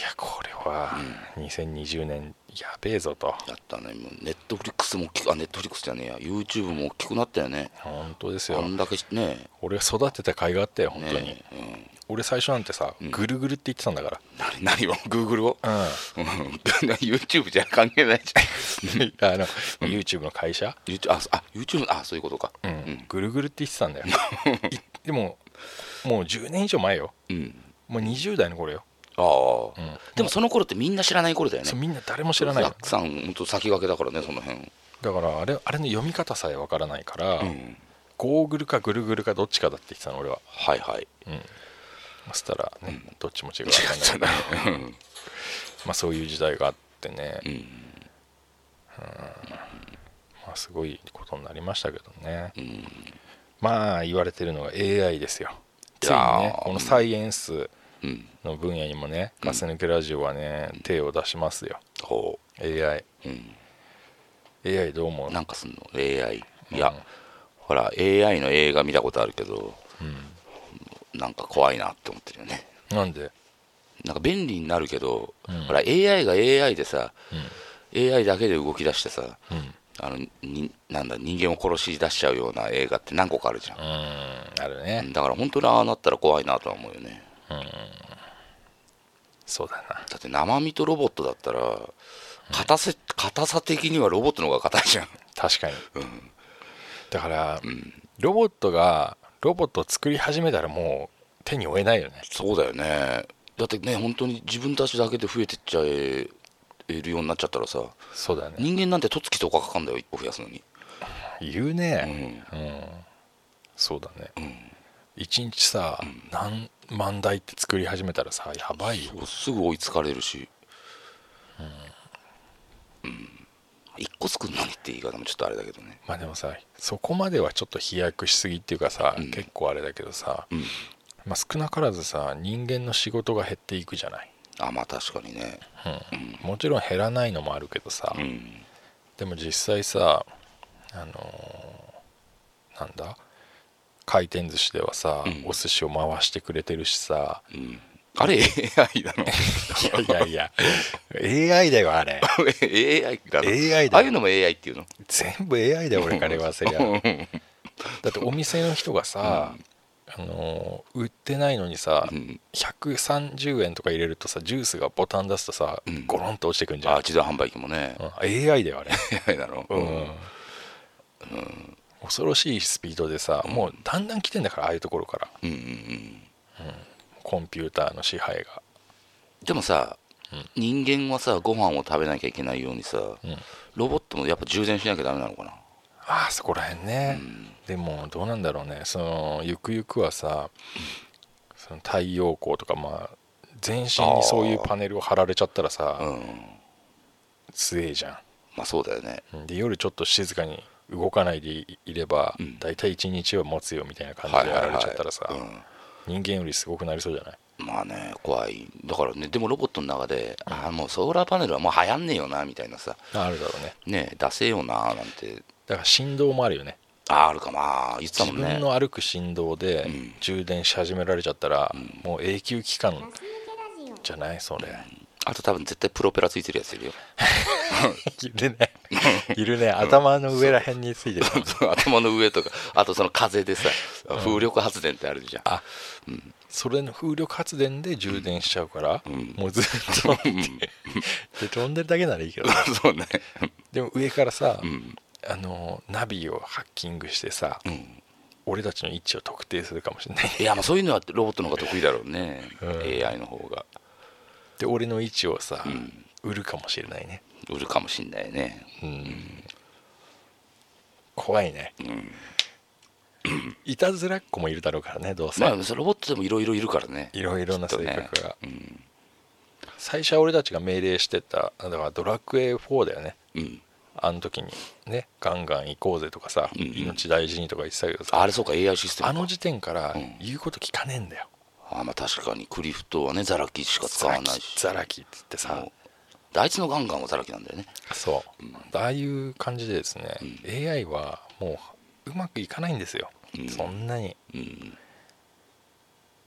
Speaker 3: やこれは2020年やべえぞと
Speaker 2: やったねもうネットフリックスも大きくあネットフリックスじゃねえや YouTube も大きくなったよね
Speaker 3: 本当です
Speaker 2: あ
Speaker 3: よ
Speaker 2: んだけね
Speaker 3: 俺が育てた甲斐があったよ本当に、
Speaker 2: ねえ
Speaker 3: 俺最初なんてさ
Speaker 2: ん
Speaker 3: ぐるぐるって言ってたんだか
Speaker 2: うん、 (laughs) 何何を Google を、う
Speaker 3: ら、
Speaker 2: ん (laughs) YouTube じゃ関係ないじ
Speaker 3: (laughs)
Speaker 2: ゃん
Speaker 3: いやあの YouTube の会社、
Speaker 2: YouTube あそあ YouTube あそういうことか
Speaker 3: うん
Speaker 2: うん
Speaker 3: ぐるぐるって言ってたんだよいでももう10年以上前よ
Speaker 2: うん
Speaker 3: もう20代の頃よ、
Speaker 2: ああ、
Speaker 3: うん
Speaker 2: でもその頃ってみんな知らない頃だよね
Speaker 3: そうみんな誰も知らない
Speaker 2: ザ
Speaker 3: の
Speaker 2: ックさん本当先駆けだからねその辺
Speaker 3: だからあれあれの読み方さえわからないから、
Speaker 2: うん
Speaker 3: ゴーグルかぐるぐるかどっちかだって言ってたの俺は、
Speaker 2: はいはい
Speaker 3: うん、そしたら、ねどっちも違うわかんない
Speaker 2: 違ったね
Speaker 3: まあ、そういう時代があってね、
Speaker 2: うん
Speaker 3: まあ、すごいことになりましたけどね、
Speaker 2: うんうん
Speaker 3: まあ言われてるのが AI ですよついに
Speaker 2: やー
Speaker 3: ねこのサイエンス
Speaker 2: うん
Speaker 3: の分野にもねガス抜けラジオはね、手を出しますよ
Speaker 2: ほ
Speaker 3: AIAI
Speaker 2: う、うん、
Speaker 3: どう思う
Speaker 2: なんかすんの AI
Speaker 3: うん
Speaker 2: いや、ほら AI の映画見たことあるけど
Speaker 3: うん
Speaker 2: なんか怖いなって思ってるよね
Speaker 3: なんで、
Speaker 2: なんか便利になるけど、
Speaker 3: うん
Speaker 2: ほら AI が AI でさ
Speaker 3: うん
Speaker 2: AI だけで動き出してさ
Speaker 3: うん、
Speaker 2: あのになんだ人間を殺し出しちゃうような映画って何個かあるじゃん
Speaker 3: う、んあるね、
Speaker 2: だから本当にああなったら怖いなとは思うよね
Speaker 3: そうだな
Speaker 2: だって生身とロボットだったら硬せ硬さ的にはロボットの方が硬いじゃん、
Speaker 3: 確かに
Speaker 2: うん
Speaker 3: だから、
Speaker 2: ん
Speaker 3: ロボットがロボットを作り始めたらもう手に負えないよね
Speaker 2: そうだよねだってね本当に自分たちだけで増えてっちゃえるようになっちゃったらさ
Speaker 3: そうだね
Speaker 2: 人間なんて突きとかかかんだよ一歩増やすのに
Speaker 3: 言う
Speaker 2: う
Speaker 3: ね
Speaker 2: ん
Speaker 3: うん、そうだね
Speaker 2: うん
Speaker 3: 一日さ、何万台って作り始めたらさやばいよ
Speaker 2: そうすぐ追いつかれるしうん一個作るのにって言い方もちょっとあれだけどね
Speaker 3: まあでもさそこまではちょっと飛躍しすぎっていうかさ、
Speaker 2: うん
Speaker 3: 結構あれだけどさ、
Speaker 2: うん
Speaker 3: まあ、少なからずさ人間の仕事が減っていくじゃない、
Speaker 2: あまあ確かにね
Speaker 3: うんもちろん減らないのもあるけどさ、
Speaker 2: うん
Speaker 3: でも実際さあのーなんだ回転寿司ではさ、
Speaker 2: うん
Speaker 3: お寿司を回してくれてるしさ
Speaker 2: うんあれ AI だの (laughs)
Speaker 3: いやいやいや AI だよあれ
Speaker 2: AI だの
Speaker 3: AI
Speaker 2: あ
Speaker 3: だ
Speaker 2: あいう
Speaker 3: よ
Speaker 2: のも AI っていうの
Speaker 3: 全部 AI だよ俺から言わせ
Speaker 2: (laughs)
Speaker 3: りゃだってお店の人がさ、あのー売ってないのにさ、
Speaker 2: うん
Speaker 3: 130円とか入れるとさジュースがボタン出すとさ、
Speaker 2: うん
Speaker 3: ゴロンと落ちてくんじゃ
Speaker 2: あ
Speaker 3: ん、
Speaker 2: 自動販売機もね
Speaker 3: うん AI だよあれ
Speaker 2: (laughs) AI だろ
Speaker 3: うん恐ろしいスピードでさ、もうだんだん来てんだからああいうところから
Speaker 2: うんうんうん
Speaker 3: コンピューターの支配が
Speaker 2: でもさ、人間はさご飯を食べなきゃいけないようにさ、
Speaker 3: ん
Speaker 2: ロボットもやっぱ充電しなきゃダメなのかな
Speaker 3: ああそこら辺ね、でもどうなんだろうねそのゆくゆくはさその太陽光とかまあ全身にそういうパネルを貼られちゃったらさ
Speaker 2: うん
Speaker 3: 強えじゃん
Speaker 2: まあそうだよね
Speaker 3: うんで夜ちょっと静かに動かないでいいれば、
Speaker 2: うん
Speaker 3: 大体一日は持つよみたいな感じでやられちゃったらさ、
Speaker 2: う
Speaker 3: 人間よりすごくなりそうじゃない
Speaker 2: ん、まあね怖いだからねでもロボットの中で、ああもうソーラーパネルはもう流行んねえよなみたいなさ
Speaker 3: あるだろうね
Speaker 2: ねえ出せよななんて
Speaker 3: だから振動もあるよね
Speaker 2: ああるかな言ってた
Speaker 3: 自
Speaker 2: もんね
Speaker 3: 分の歩く振動で
Speaker 2: うん
Speaker 3: 充電し始められちゃったら、もう永久期間
Speaker 4: ガス抜けラジオ。
Speaker 3: じゃないそれ、
Speaker 2: あと多分絶対プロペラついてるやついるよ (laughs)
Speaker 3: いるねいるね頭の上らへんについてる
Speaker 2: 頭の上とかあとその風でさ風力発電ってあるじゃん、
Speaker 3: あそれの風力発電で充電しちゃうから、
Speaker 2: うん
Speaker 3: もうずっとで飛んでるだけならいいけどね (laughs)
Speaker 2: そうね
Speaker 3: でも上からさ、
Speaker 2: うん
Speaker 3: あのナビをハッキングしてさ、
Speaker 2: うん
Speaker 3: 俺たちの位置を特定するかもしれない
Speaker 2: いやまあそういうのはロボットの方が得意だろうね、
Speaker 3: うん
Speaker 2: AI の方が
Speaker 3: で俺の位置をさ、
Speaker 2: ん
Speaker 3: 売るかもしれないね、
Speaker 2: 売るかもしんないね
Speaker 3: うん、怖いね、
Speaker 2: ん
Speaker 3: いたずらっ子もいるだろうからねどうせ、
Speaker 2: まあそのロボットでもいろいろいるからね
Speaker 3: いろいろな
Speaker 2: きっと
Speaker 3: 性格が、
Speaker 2: ねうん
Speaker 3: 最初は俺たちが命令してただからドラクエ4だよね
Speaker 2: うん
Speaker 3: あの時にねガンガン行こうぜとかさ、
Speaker 2: うんうん
Speaker 3: 命大事にとか言ってたけどさ
Speaker 2: あれそうか AI システムか
Speaker 3: あの時点から
Speaker 2: うん
Speaker 3: 言うこと聞かねえんだよ、
Speaker 2: あまあ確かにクリフトはねザラキしか使
Speaker 3: ザラ
Speaker 2: わ
Speaker 3: キ
Speaker 2: ないし
Speaker 3: ザラキっつってさ
Speaker 2: もうであいつのガンガンはザラキなんだよね
Speaker 3: そう、ああいう感じでですね、AI はもううまくいかないんですよ、
Speaker 2: うん
Speaker 3: そんなに
Speaker 2: うん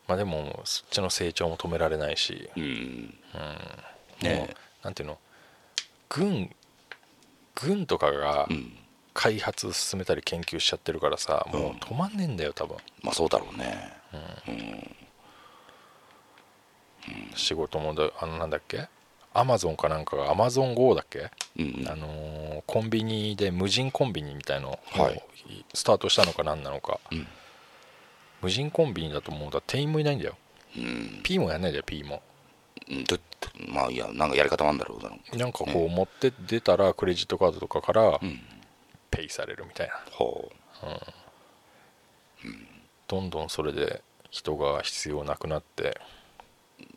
Speaker 3: まあでもそっちの成長も止められないし、
Speaker 2: うん
Speaker 3: もう
Speaker 2: ねえ
Speaker 3: なんていうの軍軍とかが
Speaker 2: うん
Speaker 3: 開発進めたり研究しちゃってるからさ、もう止まんねえんだよ多分
Speaker 2: まあそうだろうね
Speaker 3: 仕事もだあのなんだっけアマゾンかなんかがアマゾン GO だっけ、
Speaker 2: うん
Speaker 3: あのーコンビニで無人コンビニみたいのを
Speaker 2: はい
Speaker 3: スタートしたのか何なのか、
Speaker 2: ん
Speaker 3: 無人コンビニだともうだ店員もいないんだよ
Speaker 2: うん、
Speaker 3: P もやんないんだよ P も
Speaker 2: うん、どまあいやなんかやり方もあるんだろうだろう
Speaker 3: なんかこう持って出たらクレジットカードとかから
Speaker 2: ん
Speaker 3: ペイされるみたいな
Speaker 2: ほ
Speaker 3: どんどんそれで人が必要なくなって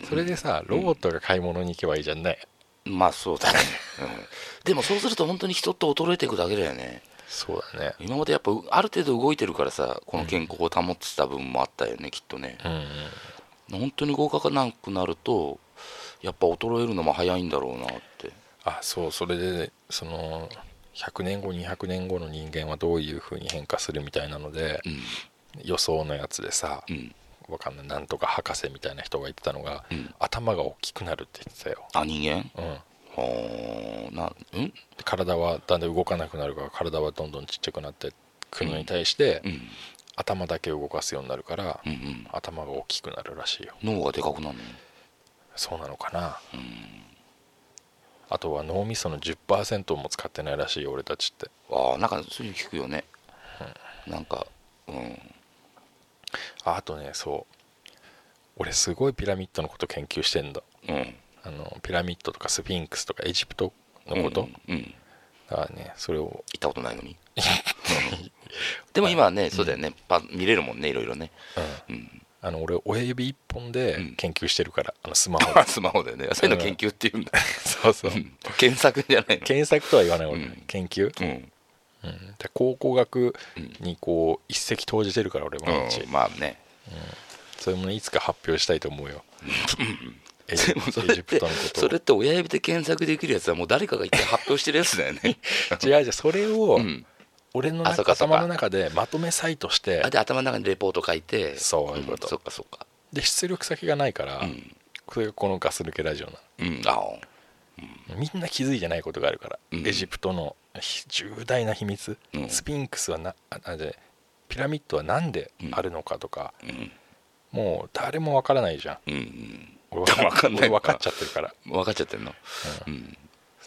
Speaker 3: それでさロボットが買い物に行けばいいじゃんね、
Speaker 2: うまあそうだね、うん、でもそうすると本当に人って衰えていくだけだよね
Speaker 3: そうだね
Speaker 2: 今までやっぱある程度動いてるからさこの健康を保ってた部分もあったよねきっとね
Speaker 3: うんうん
Speaker 2: 本当に合格がなくなるとやっぱ衰えるのも早いんだろうなって
Speaker 3: あそうそれでその100年後200年後の人間はどういう風に変化するみたいなので、
Speaker 2: うん
Speaker 3: 予想のやつでさ、
Speaker 2: うん
Speaker 3: わかんないなんとか博士みたいな人が言ってたのが、
Speaker 2: うん
Speaker 3: 頭が大きくなるって言ってたよ、
Speaker 2: あ人間
Speaker 3: うん、
Speaker 2: はあなんうん
Speaker 3: で体はだんだん動かなくなるから体はどんどんちっちゃくなってくのに対して、
Speaker 2: うん
Speaker 3: 頭だけ動かすようになるから、
Speaker 2: うんうん
Speaker 3: 頭が大きくなるらしいよ
Speaker 2: 脳がでかくなるの
Speaker 3: そうなのかな、あとは脳みその10%も使ってないらしいよ俺たちって
Speaker 2: ああなんかそういうの聞くよね、なんかうん
Speaker 3: ああとねそう俺すごいピラミッドのこと研究してんだ
Speaker 2: うん
Speaker 3: あのピラミッドとかスフィンクスとかエジプトのこと、
Speaker 2: うんうん、行
Speaker 3: だからねそれを
Speaker 2: ったことない (laughs) のにでも今はねそうだよね、パ見れるもんねいろいろね、うん、
Speaker 3: あの俺親指一本で
Speaker 2: ん
Speaker 3: 研究してるから、あのスマ
Speaker 2: (laughs)
Speaker 3: ホで
Speaker 2: スマホでねそういうの研究っていうんだ
Speaker 3: そうそう
Speaker 2: 検索じゃないの
Speaker 3: 検索とは言わない俺、
Speaker 2: うん
Speaker 3: 研究、
Speaker 2: うん
Speaker 3: うん、で考古学にこう一石投じてるから俺毎日、
Speaker 2: うん、まあね
Speaker 3: そういうものいつか発表したいと思うよエジ
Speaker 2: でもそ
Speaker 3: エ
Speaker 2: れっ
Speaker 3: ジプ
Speaker 2: て
Speaker 3: トのことを
Speaker 2: それって親指で検索できるやつはもう誰かが一回発表してるやつだよね、
Speaker 3: 違うじゃそれを、
Speaker 2: (laughs) うん、
Speaker 3: 俺の
Speaker 2: あそ
Speaker 3: 中
Speaker 2: うかそうか
Speaker 3: 頭の中でまとめサイトして
Speaker 2: あで頭の中にレポート書いて
Speaker 3: そういうこと
Speaker 2: んそっかそっか
Speaker 3: で出力先がないから、
Speaker 2: うん
Speaker 3: これがこのガス抜けラジオな
Speaker 2: うんああ
Speaker 3: のみんな気づいてないことがあるから、
Speaker 2: うん
Speaker 3: エジプトのひ重大な秘密、
Speaker 2: うん
Speaker 3: スピンクスはなああじゃあピラミッドは何であるのかとか、
Speaker 2: うん
Speaker 3: もう誰もわからないじゃん
Speaker 2: うん
Speaker 3: 俺わ
Speaker 2: (laughs) わかんない
Speaker 3: 俺わかっちゃってるから
Speaker 2: 分かっちゃってるの、うん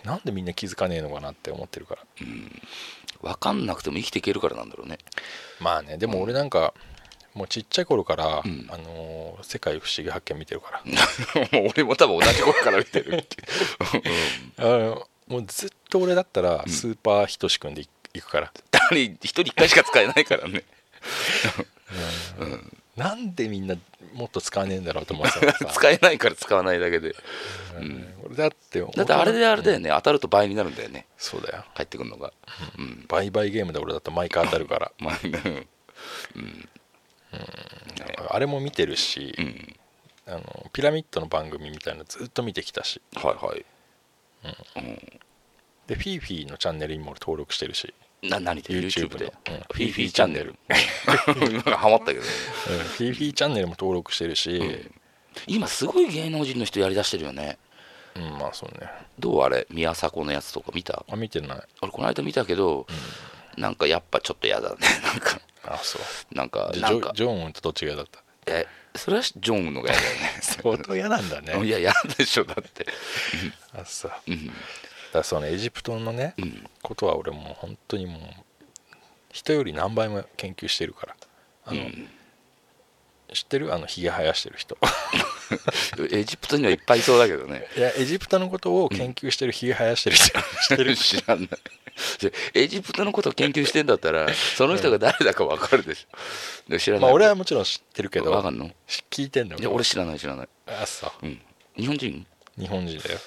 Speaker 3: なんでみんな気づかねえのかなって思ってるから
Speaker 2: 分かんなくても生きていけるからなんだろうね
Speaker 3: まあねでも俺なんかもうちっちゃい頃から、
Speaker 2: ん
Speaker 3: あのー世界不思議発見」見てるから、
Speaker 2: もう俺も多分同じ頃から見てるっていう、
Speaker 3: あのもうずっと俺だったらスーパーひとしくんでい行くから、
Speaker 2: 誰一人一回しか使えないからね
Speaker 3: なんでみんなもっと使わねえんだろうと思ってたのさ
Speaker 2: (laughs) 使えないから使わないだけで
Speaker 3: これだって
Speaker 2: だってあれであれだよね当たると倍になるんだよね
Speaker 3: そうだよ
Speaker 2: 帰ってくるのがうん
Speaker 3: バイバイゲームで俺だと毎回当たるから
Speaker 2: まあうん
Speaker 3: あれも見てるし、
Speaker 2: うん
Speaker 3: あのピラミッドの番組みたいなのずっと見てきたし
Speaker 2: はいはい
Speaker 3: でフィーフィーのチャンネルにも俺登録してるし、
Speaker 2: な何で YouTube
Speaker 3: YouTube で
Speaker 2: で
Speaker 3: うん
Speaker 2: フィーフィーチャンネ (laughs) ル今ハマったけどね (laughs)
Speaker 3: フィーフィーチャンネルも登録してるし、
Speaker 2: 今すごい芸能人の人やりだしてるよね
Speaker 3: うんまあそうね
Speaker 2: どうあれ宮迫のやつとか見た
Speaker 3: あ見てない
Speaker 2: 俺この間見たけどなんかやっぱちょっと嫌だねなんか
Speaker 3: あそう
Speaker 2: なんか
Speaker 3: じゃ
Speaker 2: な
Speaker 3: あジ
Speaker 2: ん
Speaker 3: ョ
Speaker 2: か
Speaker 3: ジョンウンとどっちが嫌だ
Speaker 2: (laughs)
Speaker 3: った
Speaker 2: えそれはジョンウンのが嫌だよね
Speaker 3: (laughs) 相当嫌なんだ
Speaker 2: い
Speaker 3: ね
Speaker 2: や嫌でしょだって
Speaker 3: あそうだか
Speaker 2: うん
Speaker 3: らそのエジプトのね、
Speaker 2: うん (laughs)
Speaker 3: ことは俺もう本当にもう人より何倍も研究してるからあ
Speaker 2: う
Speaker 3: の、
Speaker 2: ん
Speaker 3: 知ってるあのひげ生やしてる
Speaker 2: (laughs)
Speaker 3: 人
Speaker 2: エジプトにはいっぱいいそうだけどね
Speaker 3: いやエジプトのことを研究してるひげ生やしてる人知ってる
Speaker 2: (laughs) 知らないじゃエジプトのことを研究してんだったらその人が誰だか分かるでしょで知らない (laughs)
Speaker 3: まあ俺はもちろん知ってるけど
Speaker 2: 分かんの
Speaker 3: し聞いてんの
Speaker 2: いや俺知らない知らない、
Speaker 3: あそう
Speaker 2: うん、日本人
Speaker 3: 日本人だよ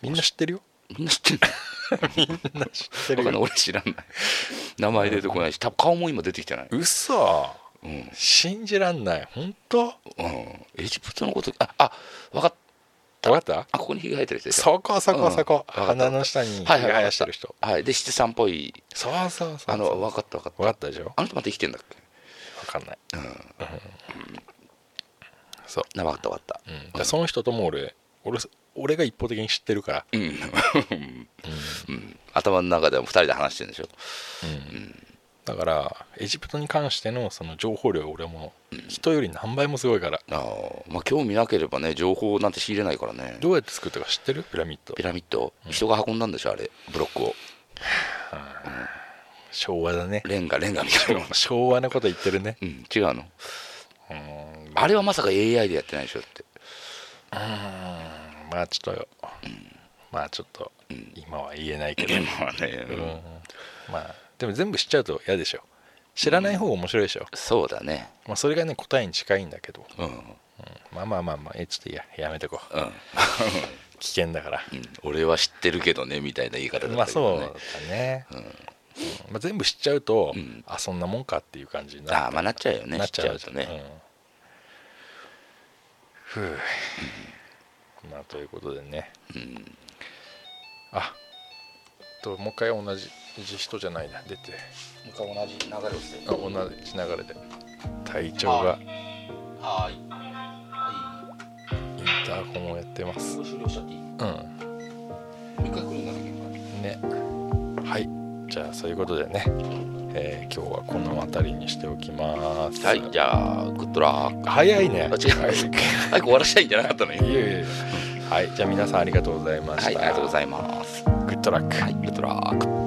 Speaker 3: みんな知ってるよ
Speaker 2: みんな知ってんの
Speaker 3: みんな知って
Speaker 2: わ
Speaker 3: る
Speaker 2: かんない
Speaker 3: よ
Speaker 2: 俺知らない名前出てこないし多分顔も今出てきてない、
Speaker 3: 嘘
Speaker 2: うんうん、
Speaker 3: 信じらんない本当
Speaker 2: エジプトのことああ分かっ
Speaker 3: 分かった
Speaker 2: あここにひげ生えてる人でしょ
Speaker 3: そこそこそこ、
Speaker 2: うんわかった
Speaker 3: 鼻の下にひげ
Speaker 2: はいはい
Speaker 3: 生やしてる人、
Speaker 2: はいで七三っぽい
Speaker 3: そうそうそう
Speaker 2: あの分かった分かった
Speaker 3: 分かったでしょ
Speaker 2: あの人また生きてんだっけ
Speaker 3: 分かんない、うんそう、
Speaker 2: な分かった分かった
Speaker 3: うん、だからその人とも俺俺俺が一方的に知ってるから、
Speaker 2: うん、うん、頭の中でも2人で話してるんでしょ
Speaker 3: だからエジプトに関してのその情報量俺も人より何倍もすごいから、
Speaker 2: あーまあ興味なければね情報なんて仕入れないからね
Speaker 3: どうやって作ったか知ってるピラミッド
Speaker 2: ピラミッド人が運んだんでしょあれブロックを
Speaker 3: 昭和だね
Speaker 2: レンガレンガみたいなの
Speaker 3: 昭和なこと言ってるね
Speaker 2: うん違うの
Speaker 3: うん
Speaker 2: あれはまさか AI でやってないでしょって
Speaker 3: まあちょっと、まあちょっと今は言えないけど、
Speaker 2: まあね、
Speaker 3: うんまあでも全部知っちゃうと嫌でしょ知らない方が面白いでしょ、
Speaker 2: そうだね
Speaker 3: まあ、それがね答えに近いんだけど、
Speaker 2: うん、うん
Speaker 3: まあまあまあまあえちょっといいややめとこう危険だから、
Speaker 2: うん俺は知ってるけどねみたいな言い方だったけど、ね、
Speaker 3: まあそうだね、うんまあ、全部知っちゃうと、
Speaker 2: うん
Speaker 3: あそんなもんかっていう感じにな
Speaker 2: ああまあなっちゃうよね
Speaker 3: なっ
Speaker 2: 知
Speaker 3: ち
Speaker 2: っち
Speaker 3: ゃ
Speaker 2: ゃ
Speaker 3: う
Speaker 2: うとね、
Speaker 3: うんふうまあということでね、あともう一回同じ同じ人じゃないな出て
Speaker 2: もう一回同じ流れをして
Speaker 3: あ同じ流れで体調が
Speaker 2: はいは
Speaker 3: インターホンをやってます
Speaker 2: いこれ終了しちゃっていいも
Speaker 3: うん
Speaker 2: う一回来るんだけ
Speaker 3: ねはいじゃあそういうことでね、えー今日はこの辺りにしておきます
Speaker 2: はいじゃあグッドラック
Speaker 3: 早い
Speaker 2: あ
Speaker 3: ね
Speaker 2: 違う早く終わらせたいんじゃなかったのよ
Speaker 3: いやいやいやはいじゃあ皆さんありがとうございました、
Speaker 2: はいありがとうございます
Speaker 3: グッドラック
Speaker 2: はいグッドラック